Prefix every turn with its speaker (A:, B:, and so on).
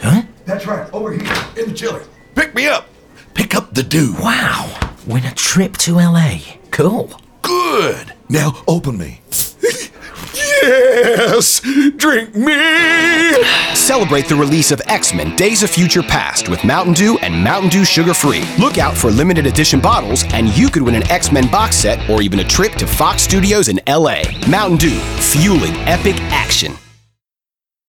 A: Huh?
B: That's right, over here in the chiller. Pick me up. Pick up the dude.
A: Wow. Win a trip to LA. Cool.
B: Good. Now open me. yes! Drink me!
C: Celebrate the release of X Men Days of Future Past with Mountain Dew and Mountain Dew Sugar Free. Look out for limited edition bottles, and you could win an X Men box set or even a trip to Fox Studios in LA. Mountain Dew, fueling epic action.